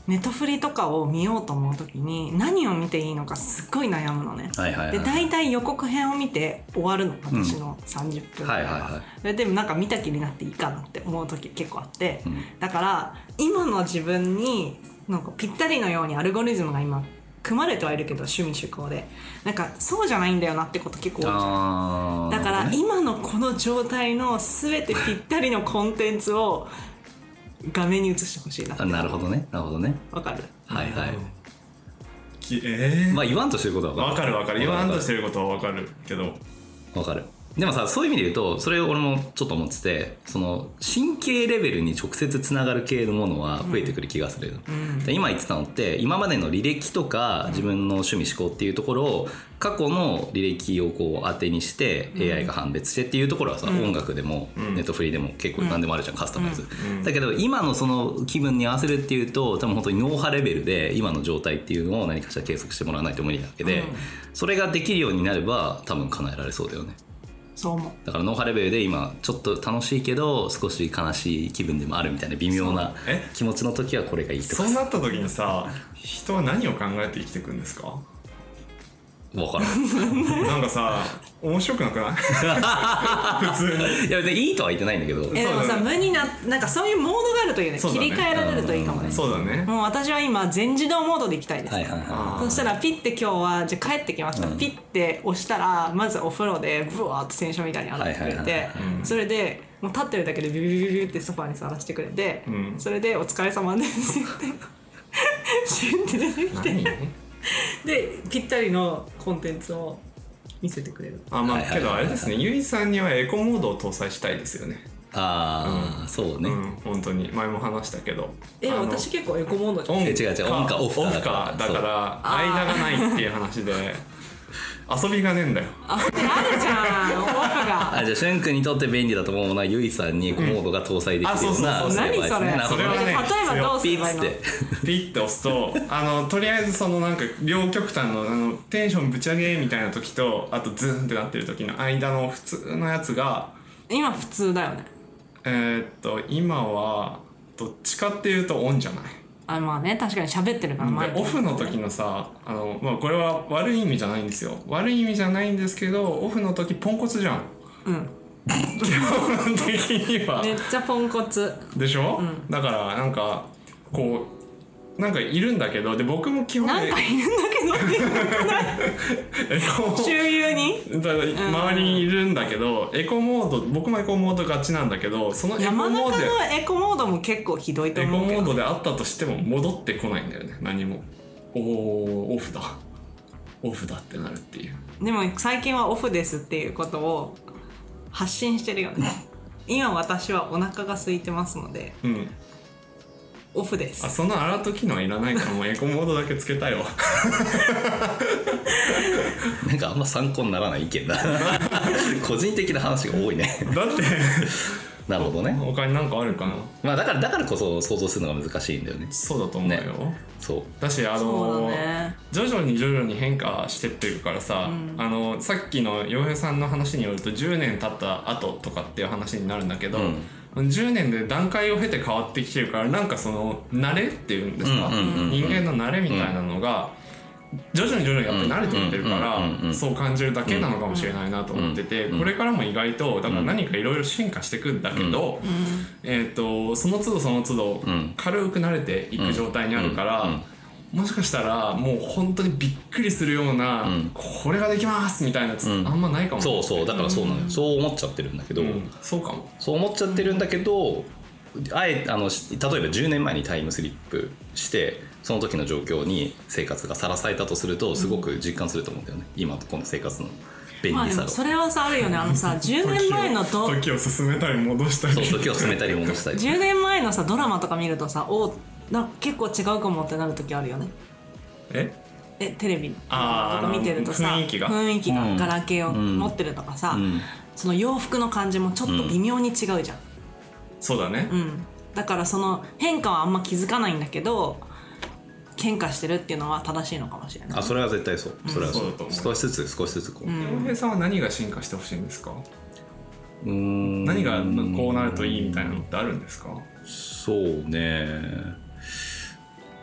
ネットフリとかを見ようと思う時に何を見ていいのかすっごい悩むのね、
はいはいはい
で大体予告編を見て終わるの私の30分
はいはいはい
それでもなんか見た気になっていいかなって思う時結構あって、
ん
だから今の自分になんかぴったりのようにアルゴリズムが今組まれてはいるけど趣味趣向でなんかそうじゃないんだよなってこと結構多いじゃん
あー
だから今のこの状態の全てぴったりのコンテンツを画面に映してほしいなって
あなるほどねなるほどね
わかる
はいはい
きえ
まあ言わんとしてることは
ー、わかるわかる言わんとして
る
ることはわかるけど
わかるでもさそういう意味で言うとそれ俺もちょっと思っててその神経レベルに直接つながる系のものは増えてくる気がする、で今言ってたのって今までの履歴とか自分の趣味思考っていうところを過去の履歴をこう当てにして AI が判別してっていうところはさ、音楽でもネットフリーでも結構何でもあるじゃん、カスタマイズ、だけど今のその気分に合わせるっていうと多分本当に脳波レベルで今の状態っていうのを何かしら計測してもらわないと無理なわけで、それができるようになれば多分叶えられそうだよね
そう思う
だから脳波レベルで今ちょっと楽しいけど少し悲しい気分でもあるみたいな微妙な
そうえ
気持ちの時はこれがいいとか
そうなった時にさ人は何を考えて生きていくんですか
分からん
なんかさ面白くなくない普通に
いや別にいいとは言ってないんだけど
えでも
そうだ
さ
ね
無にななんかそういうモードがあるといいね
そう
切り
だね
替えられるといいかも ね
そうだね
もう私は今全自動モードで行きたいです、
はいはいは
そしたらピッて今日はじゃあ帰ってきました、ピッて押したらまずお風呂でブワーって洗車みたいに洗ってくれて、
はいはいはいは
それでもう立ってるだけでビュビュビュビュってソファーに座らせてくれて、
ん
それで「お疲れ様です」って 言ってシュンって出てきて
何
でぴったりのコンテンツを見せてくれる
あま
は
あ
いはいはい
けどあれですねゆいさんにはエコモードを搭載したいですよね
いああ、そう
う
ね、
ん本当に前も話したけど
え
あの
私結構エコモードじゃ
オ
ん
ン
え違う違うオンかオフか
オフかだ
だから
から間がないっていう話で遊びがねえんだよ
あるじゃんオフが
あじゃあ俊君にとって便利だと思うものはゆいさんにエコモードが搭載できるような、
うん あそうそうそう
何
デバイス
それ
ねなるほ
そ
ど
れは
ね
ね
例えばどうす
ピ
ればいい
ッつっ
の
て
ピッて押すとあのとりあえずそのなんか両極端のあのテンションぶち上げみたいな時とあとズーンってなってる時の間の普通のやつが
今普通だよね
えーっと今はどっちかっていうとオンじゃない
あまあね確かに喋ってるから前
でオフの時のさあの、まあ、これは悪い意味じゃないんですよ悪い意味じゃないんですけどオフの時ポンコツじゃん
うん
基本的には、
めっちゃポンコツ
でしょ、だからなんかこうなんかいるんだけどで僕も基本
なんかいるんだけどね
エコ
周遊に
だから周りにいるんだけど、エコモード僕もエコモード勝ちなんだけどそのエコ
山
モ
中
ードで
のエコモードも結構ひどいと
エコ
思
モ
うけ
ー
ど
ドであったとしても戻ってこないんだよね何もおーオフだオフだってなるっていう
でも最近はオフですっていうことを発信してるよ ね今私はお腹が空いてますので
うん
オフです
あそのアラート機能いらないからもうエコモードだけつけたいわ
なんかあんま参考にならない意見だ 個人的な話が多いね
だって
なるほどね
他に何かあるかな
まあだからだからこそ想像するのが難しいんだよね
そうだと思うよ、
そう
だしあ
そうだ
の
ね
徐々に徐々に変化してってるからさ、あのさっきの洋平さんの話によると10年経った後とかっていう話になるんだけど、10年で段階を経て変わってきてるからなんかその慣れっていうんですか、
うんうんうんうん
人間の慣れみたいなのが徐々に徐々にやっぱり慣れてってるか
うんうんうんう
ら
ん
そう感じるだけなのかもしれないなと思っててこれからも意外とだから何かいろいろ進化していくんだけど、えー、とその都度その都度
ん
軽く慣れていく状態にあるか
うんうん
ら。もしかしたらもう本当にびっくりするような、
ん
これができますみたいなやつ、
ん
あんまないかも
そうそうだからそうなのよ、そう思っちゃってるんだけど、
うんそうかも
そう思っちゃってるんだけどあえあのし例えば10年前にタイムスリップしてその時の状況に生活がさらされたとするとすごく実感すると思うんだよね、今とこの生活の便
まあ
利
で
さ
も
が。
それはさあるよねあのさ10年前のと
時を進めたり戻したり
そう時を進めたり戻したり
10年前のさドラマとか見るとさおな結構違うかもってなる時あるよね
え
えテレビと
あー
か見てるとさ
あの雰囲気が
雰囲気
う
が
ん
ガラケーを
ん
持ってるとかさ、
ん
その洋服の感じもちょっと微妙に違うじゃん、
そうだね、
うん、だからその変化はあんま気づかないんだけど喧嘩してるっていうのは正しいのかもしれない
あそれは絶対そうそれはそう,、
そうだと思う
少しずつ少しずつこう、
洋平さんは何が進化してほしいんですか
うーん
何がこうなるといいみたいなのってあるんですか
そうね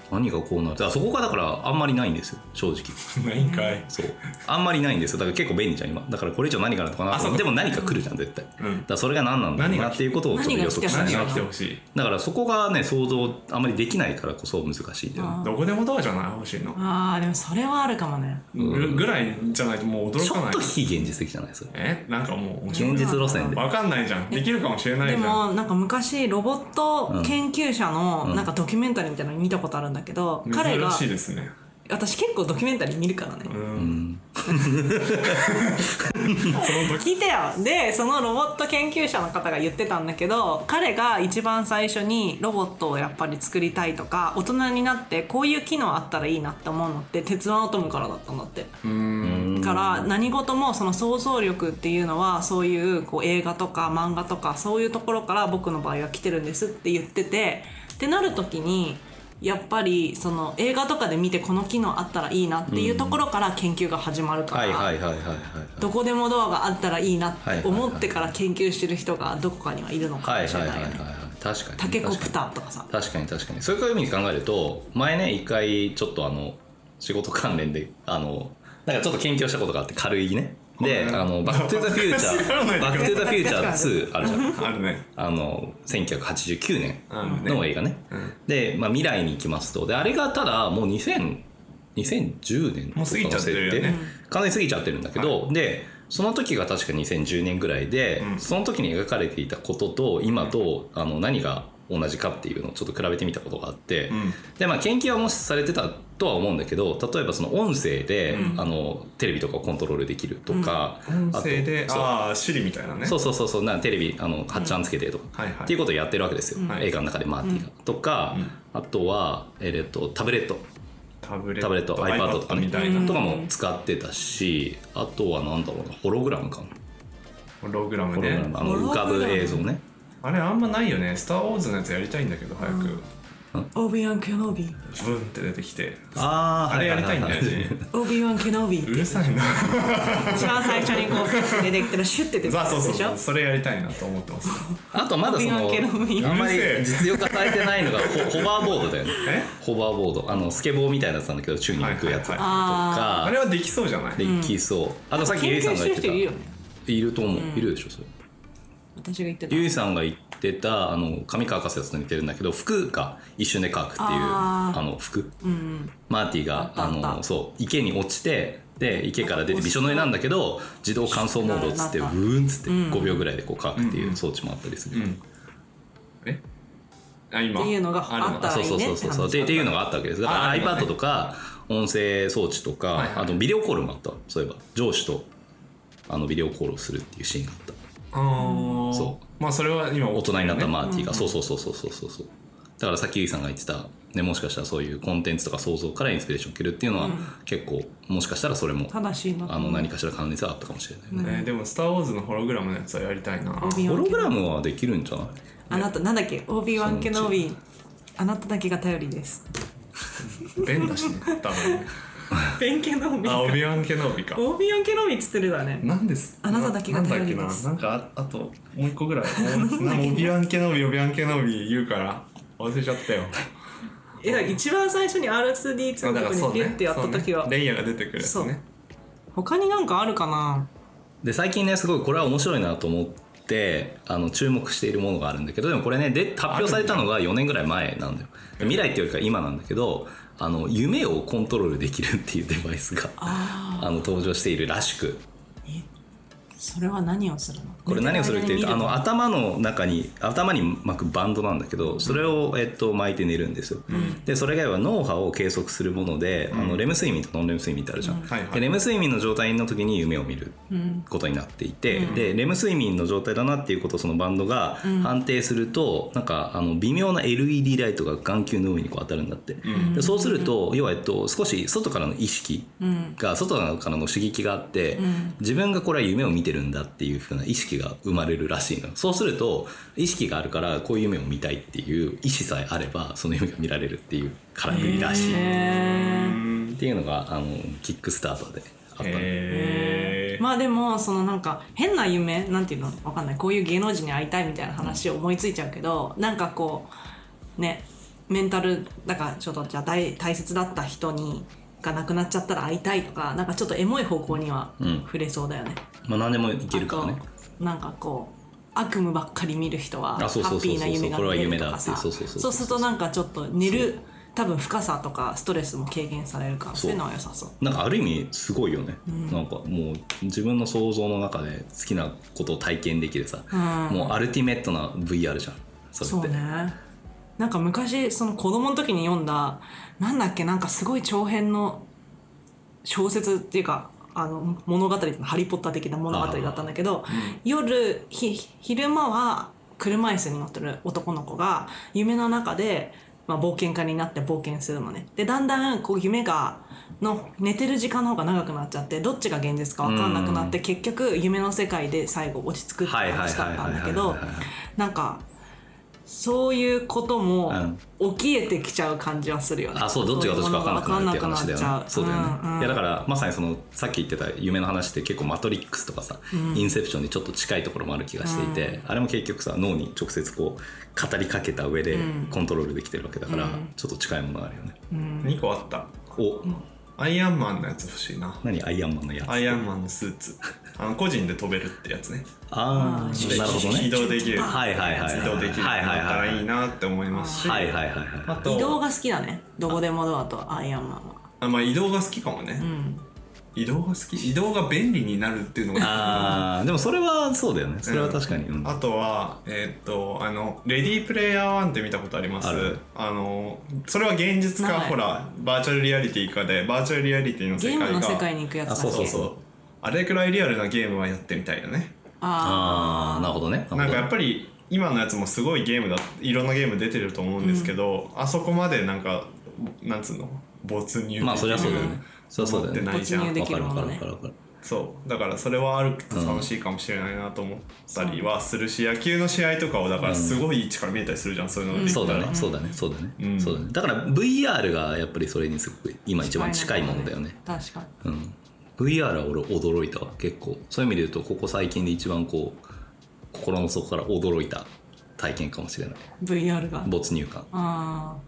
何がこうなるあそこがだからあんまりないんですよ正直
ないんかい
そうあんまりないんですよだから結構便利じゃん今だからこれ以上何があるのかな
あ
と
そうか
でも何か来るじゃん絶対、
うん
だからそれが何なんだろう
何
な
が
っていうことをちょっと予測した
何
い
が
な
来てほしい
だからそこがね想像あまりできないからこそ難しいんだよね
どこでもドアじゃない欲しいの
あーでもそれはあるかもね
ぐぐらいじゃないともう
ち
驚か
ょ
な
っ
い
と非現実的じゃないそれ
えなんかもう
現実路線で
わかんないじゃんできるかもしれない
で
じゃん
もなんか昔ロボット研究者のなんかドキュメンタリーみたいなの見たことあるんだけど、彼が
珍しいですね
私結構ドキュメンタリー見るからね、
その時
聞いてよでそのロボット研究者の方が言ってたんだけど彼が一番最初にロボットをやっぱり作りたいとか大人になってこういう機能あったらいいなって思うのって鉄腕アトムからだったんだってだから何事もその想像力っていうのはそういうこう映画とか漫画とかそういうところから僕の場合は来てるんですって言っててってなる時にやっぱりその映画とかで見てこの機能あったらいいなっていうところから研究が始まるから、
はいはいはいはいはい
どこでもドアがあったらいいなっ
は
て
いはいはい
思ってから研究してる人がどこかにはいるのか
はいは
も
い
し
は
れ
い
な
はい
いよ
はい
ね。
確かに
タケコプタ
ー
ーとかさ。
確かに確かにそういう意味で考えると前ね一回ちょっとあの仕事関連であのなんかちょっと研究したことがあって軽いねで「あのバック・トゥ・ザ・フ ューチャー」「バック・トゥ・ザ・フューチャー2」あるじゃん
あるね
あの1989年
うん
の映画ね、で、まあ、未来に行きますとであれがただもう2000 2010年
もう過ぎちゃってるよね
とかの設定完全に過ぎちゃってるんだけど、でその時が確か2010年ぐらいで、
うん
その時に描かれていたことと今とあの何が同じかっていうのをちょっと比べてみたことがあって、
うん
でまあ、研究はもしされてたとは思うんだけど例えばその音声で、あのテレビとかをコントロールできるとか、
音
あと
声で
そう
ああ Siri みたいなね
そうそうそうそうなテレビあの8ちゃんつけてとか、
はいはい
っていうことをやってるわけですよ、
はい
映画の中でマーティが、とか、あとは、えーっとタブレット
タブレット
タブレット iPad とかね
みたいな
とかも使ってたしあとはなんだろうなホログラムかな
ホログラム
ホログラ
ね
ムあの浮かぶ映像ね
あれあんまないよね「スター・ウォーズ」のやつやりたいんだけど早く
オビワン・ケノビー
ブンって出てきて
あ
あれやりたいんだよね
オビワン・ケノビ
う
ー
るさ いな
一番最初にこうフェス出てきたらシュッて出てきた
あ
や
そ
つ
うそ
で
う
し
そ
ょ
うそれやりたいなと思ってます
あとまだそのあ
オビワンケノビ
んまり
うるせえ
実用化されてないのが ホホバーボードだよね
え
ホバーボードあのスケボーみたいなやつなんだけど宙に浮くやつと
はいはい
あ
あ
か
れはできそうじゃない
できそうあのさっきゆ
研
いさん
究
が
してる人い
言ってた
るよね
いると思ういるでしょそれ
私が言ってた
ゆいさんが言ってたあの上川博士と似てるんだけど服が一瞬で乾くっていう
あ
あ
ー
の服
うん
マーティ
あ
があ
ったあった
のそう池に落ちてで池から出てびしょ濡れなんだけど自動乾燥モードっつって
な
ブ
なな
ーンっつって5秒ぐらいでこう乾くっていう装置もあったりする、
うんえあ今
っていうのが
あるの
あった
そうそうそうそうそう
いいねって話
でっていうのがあったわけですだから
ああります
iPad
ね
とか音声装置とか、
はいはい
あとビデオコールもあったそういえば上司とあのビデオコールをするっていうシーンがあった
ああ
そ
まあそれは今
大人になったマ
あ
ーティが、そうそうそうそうそうそうそうだからさっきゆいさんが言ってた、ね、もしかしたらそういうコンテンツとか想像からインスピレーションを受けるっていうのは、結構もしかしたらそれも
正しいな
あの何かしら関連性はあったかもしれないね、
えーでも「スター・ウォーズ」のホログラムのやつはやりたいな
オビワ
ホ
ン
ロ
ケ
グ
ノ
ラムはできるんじゃない
あなたなんだっけオビワン・ケノビーあなただけが頼りです
便だしね多分ね
弁慶のオビ
あオ
ワン
ビワン・ケノビか
オビワン・ケノビーっつってるだね
なんです
あなただけが
なんだっけ
頼り
な
です
なんかああともう一個 ぐらいなオビワン・ケノビオビワン・ケノビ言うから忘れちゃったよ
えだから一番最初に R2D2
あ
の
だ
とこ
からそう
にピ
ね
ュってやった時は、
そうねレイヤーが出てくるやつ
そう
ね
他になんかあるかな
で最近ねすごいこれは面白いなと思ってあの注目しているものがあるんだけどでもこれねで発表されたのが4年ぐらい前なんだよで未来っていうよりか今なんだけどあの夢をコントロールできるっていうデバイスがあの登場しているらしく
それは何をするの
これ何をするっていうとあの
あ
頭の中に頭に巻くバンドなんだけどそれを、えっと、巻いて寝るんですよ、でそれ以外は脳波を計測するもので、あのレム睡眠とノンレム睡眠ってあるじゃん、
はいはい
でレム睡眠の状態の時に夢を見ることになっていて、でレム睡眠の状態だなっていうことをそのバンドが判定すると、なんかあの微妙な LED ライトが眼球の上にこう当たるんだって、でそうすると要は、えっと、少し外からの意識が、外からの刺激があって、自分がこれは夢を見てるんだっていうふうな意識が生まれるらしいのそうすると意識があるからこういう夢を見たいっていう意志さえあればその夢が見られるっていうからくりらしい、っていうのがあのキックスターターであったの
へえ
まあでもそのなんか変な夢なんていうのわかんないこういう芸能人に会いたいみたいな話を思いついちゃうけど、なんかこうねメンタルだからちょっとじゃあ大大切だった人にが亡くなっちゃったら会いたいとかなんかちょっとエモい方向には
うん
触れそうだよね。
まあ、何でもいけるからね
あとなんかこう悪夢ばっかり見る人はハ
あそうそうそう
ッピ
そう
ーな夢が
これは
見れる
夢
と
だ
か
ってい
さそ
うそうう
す
そうそう
るとなんかちょっと寝る多分深さとかストレスも軽減されるからそういうのは良さそう
なんかある意味すごいよね、なんかもう自分の想像の中で好きなことを体験できるさ、もうアルティメットな VR じゃんそれって
そうねなんか昔その子供の時に読んだなんだっけなんかすごい長編の小説っていうかあの物語「ハリー・ポッター」的な物語だったんだけど、夜ひ昼間は車椅子に乗ってる男の子が夢の中で、まあ、冒険家になって冒険するのねでだんだんこう夢がの寝てる時間の方が長くなっちゃってどっちが現実か分かんなくなって、結局夢の世界で最後落ち着くって
はいはいはい
話だ
は
っ
い
た
はい
んだ
はい
けど
はい
なんかそういうことも起きえてきちゃう感じはするよね。
あそうどっちがどっちか分かんなくなるっていう話だよ
分かんなくなっ
ね
ちゃ
そうだよね、
んん
いやだからまさにそのさっき言ってた夢の話って結構「マトリックス」とかさ、インセプション」にちょっと近いところもある気がしていて、あれも結局さ脳に直接こう語りかけた上でコントロールできてるわけだから、ちょっと近いものがあるよね、
2個あった
お
アイアンマンのやつ欲しいな
何アイアンマンのやつ
アイアンマンのスーツあの個人で飛べるってやつね
ああなるほどね
移動できる
はいはいはいはい
移動できる
はいはい
だった
は
ら
いはい
いなって思いますし、
はいはいはい
あ
は
と
移動が好きだねどこでもドアとアイアンマンは。
あまあ移動が好きかもね、移動が好き移動が便利になるっていうの
い
が
あーでもそれはそうだよねそれは確かに、うん
あとはえーっとあの「レディープレイヤー1」って見たことあります
ある
あのそれは現実か
ない
ほらバーチャルリアリティかでバーチャルリアリティの
ゲ
世
ー
界が
ムの世界に行くやつだっけ
あそうそうそう
あれくらいリアルなゲームはやってみたいよね
あ
ああなるほどね
なんかやっ
り
ぱり今のやつもすごいゲームだいろんなゲーム出てると思うんですけど、あそこまでなんかなんつうの没入的な
まあそりゃそうだよね、そりゃそうだよね
持ってないじゃん
没入できるものね
わかるわかるわかる
そうだからそれはあると楽しいかもしれないなと思ったりはするし、野球の試合とかをだからすごい位置から見えたりするじゃんそういうのができた
そ
ら、
うだねそうだねそうだね、
ん
そうだねだから VR がやっぱりそれにすごく今一番近いものだよね
確かに
うん、VR は俺驚いたわ結構そういう意味で言うとここ最近で一番こう心の底から驚いた体験かもしれない
VR が
没入感
あー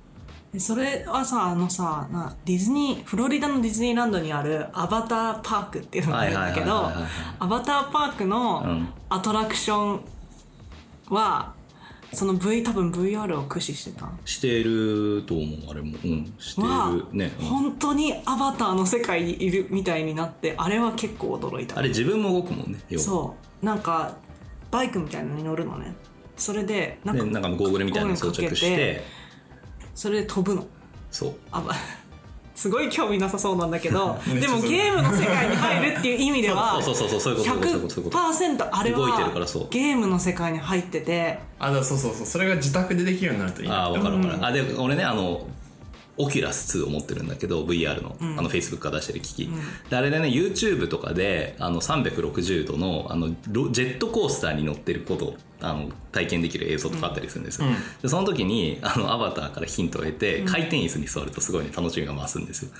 でそれはさあのさなディズニーフロリダのディズニーランドにあるアバターパークっていうのがあるんだけど
はいはいはいはいはい
アバターパークのアトラクションは、その V 多分 VR を駆使してた
してると思うあれもうんして
は
るね、うん
本当にアバターの世界にいるみたいになってあれは結構驚いた
あれ自分も動くもんね要は
そうなんかバイクみたいなのに乗るのねそれでなん
で
か
なんかゴーグルみたいなの装
ゴーグル
着
か
し
け
て
それで飛ぶの
そう
あ ますごい興味なさそうなんだけ ど
めっ
で
ちゃ
も
それ
ゲームの世界に入るっていう意味では
そうそうそうそうそういうことそういうことそういうこと
100%あれ
動いてるからそ
は
う
ゲームの世界に入ってて
あだからそうそうそうそれが自宅でできるようになるといいな
ああ分かる分かる、あで俺ねあのオキュラス2を持ってるんだけど VR の,、あの Facebook が出してる機器、であれでね YouTube とかであの360度のあのロジェットコースターに乗ってることをあの体験できる映像とかあったりするんですよ、でその時にあのアバターからヒントを得て、回転椅子に座るとすごいね楽しみが増すんですよ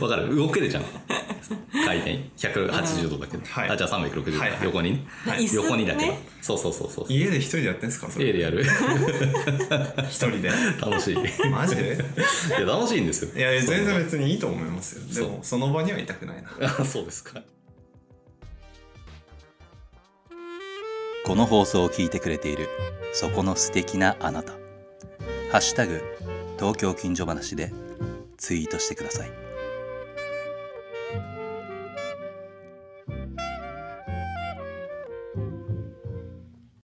わかる動けるじゃん回転180度だけど、
はい
あじゃあ360度だ、
はいはい
横にね、
椅子
横にだけど
ね
そうそうそうそう
家で一人でやってんすかそ
家
れ
でやる
一人で
楽しい
マジで
いや楽しいんですよ。
いやいや全然別にいいと思いますよで
そ
もその場にはいたくないな
あ そうですか。
この放送を聞いてくれているそこの素敵なあなた「ハッシュタグ東京近所話」でツイートしてください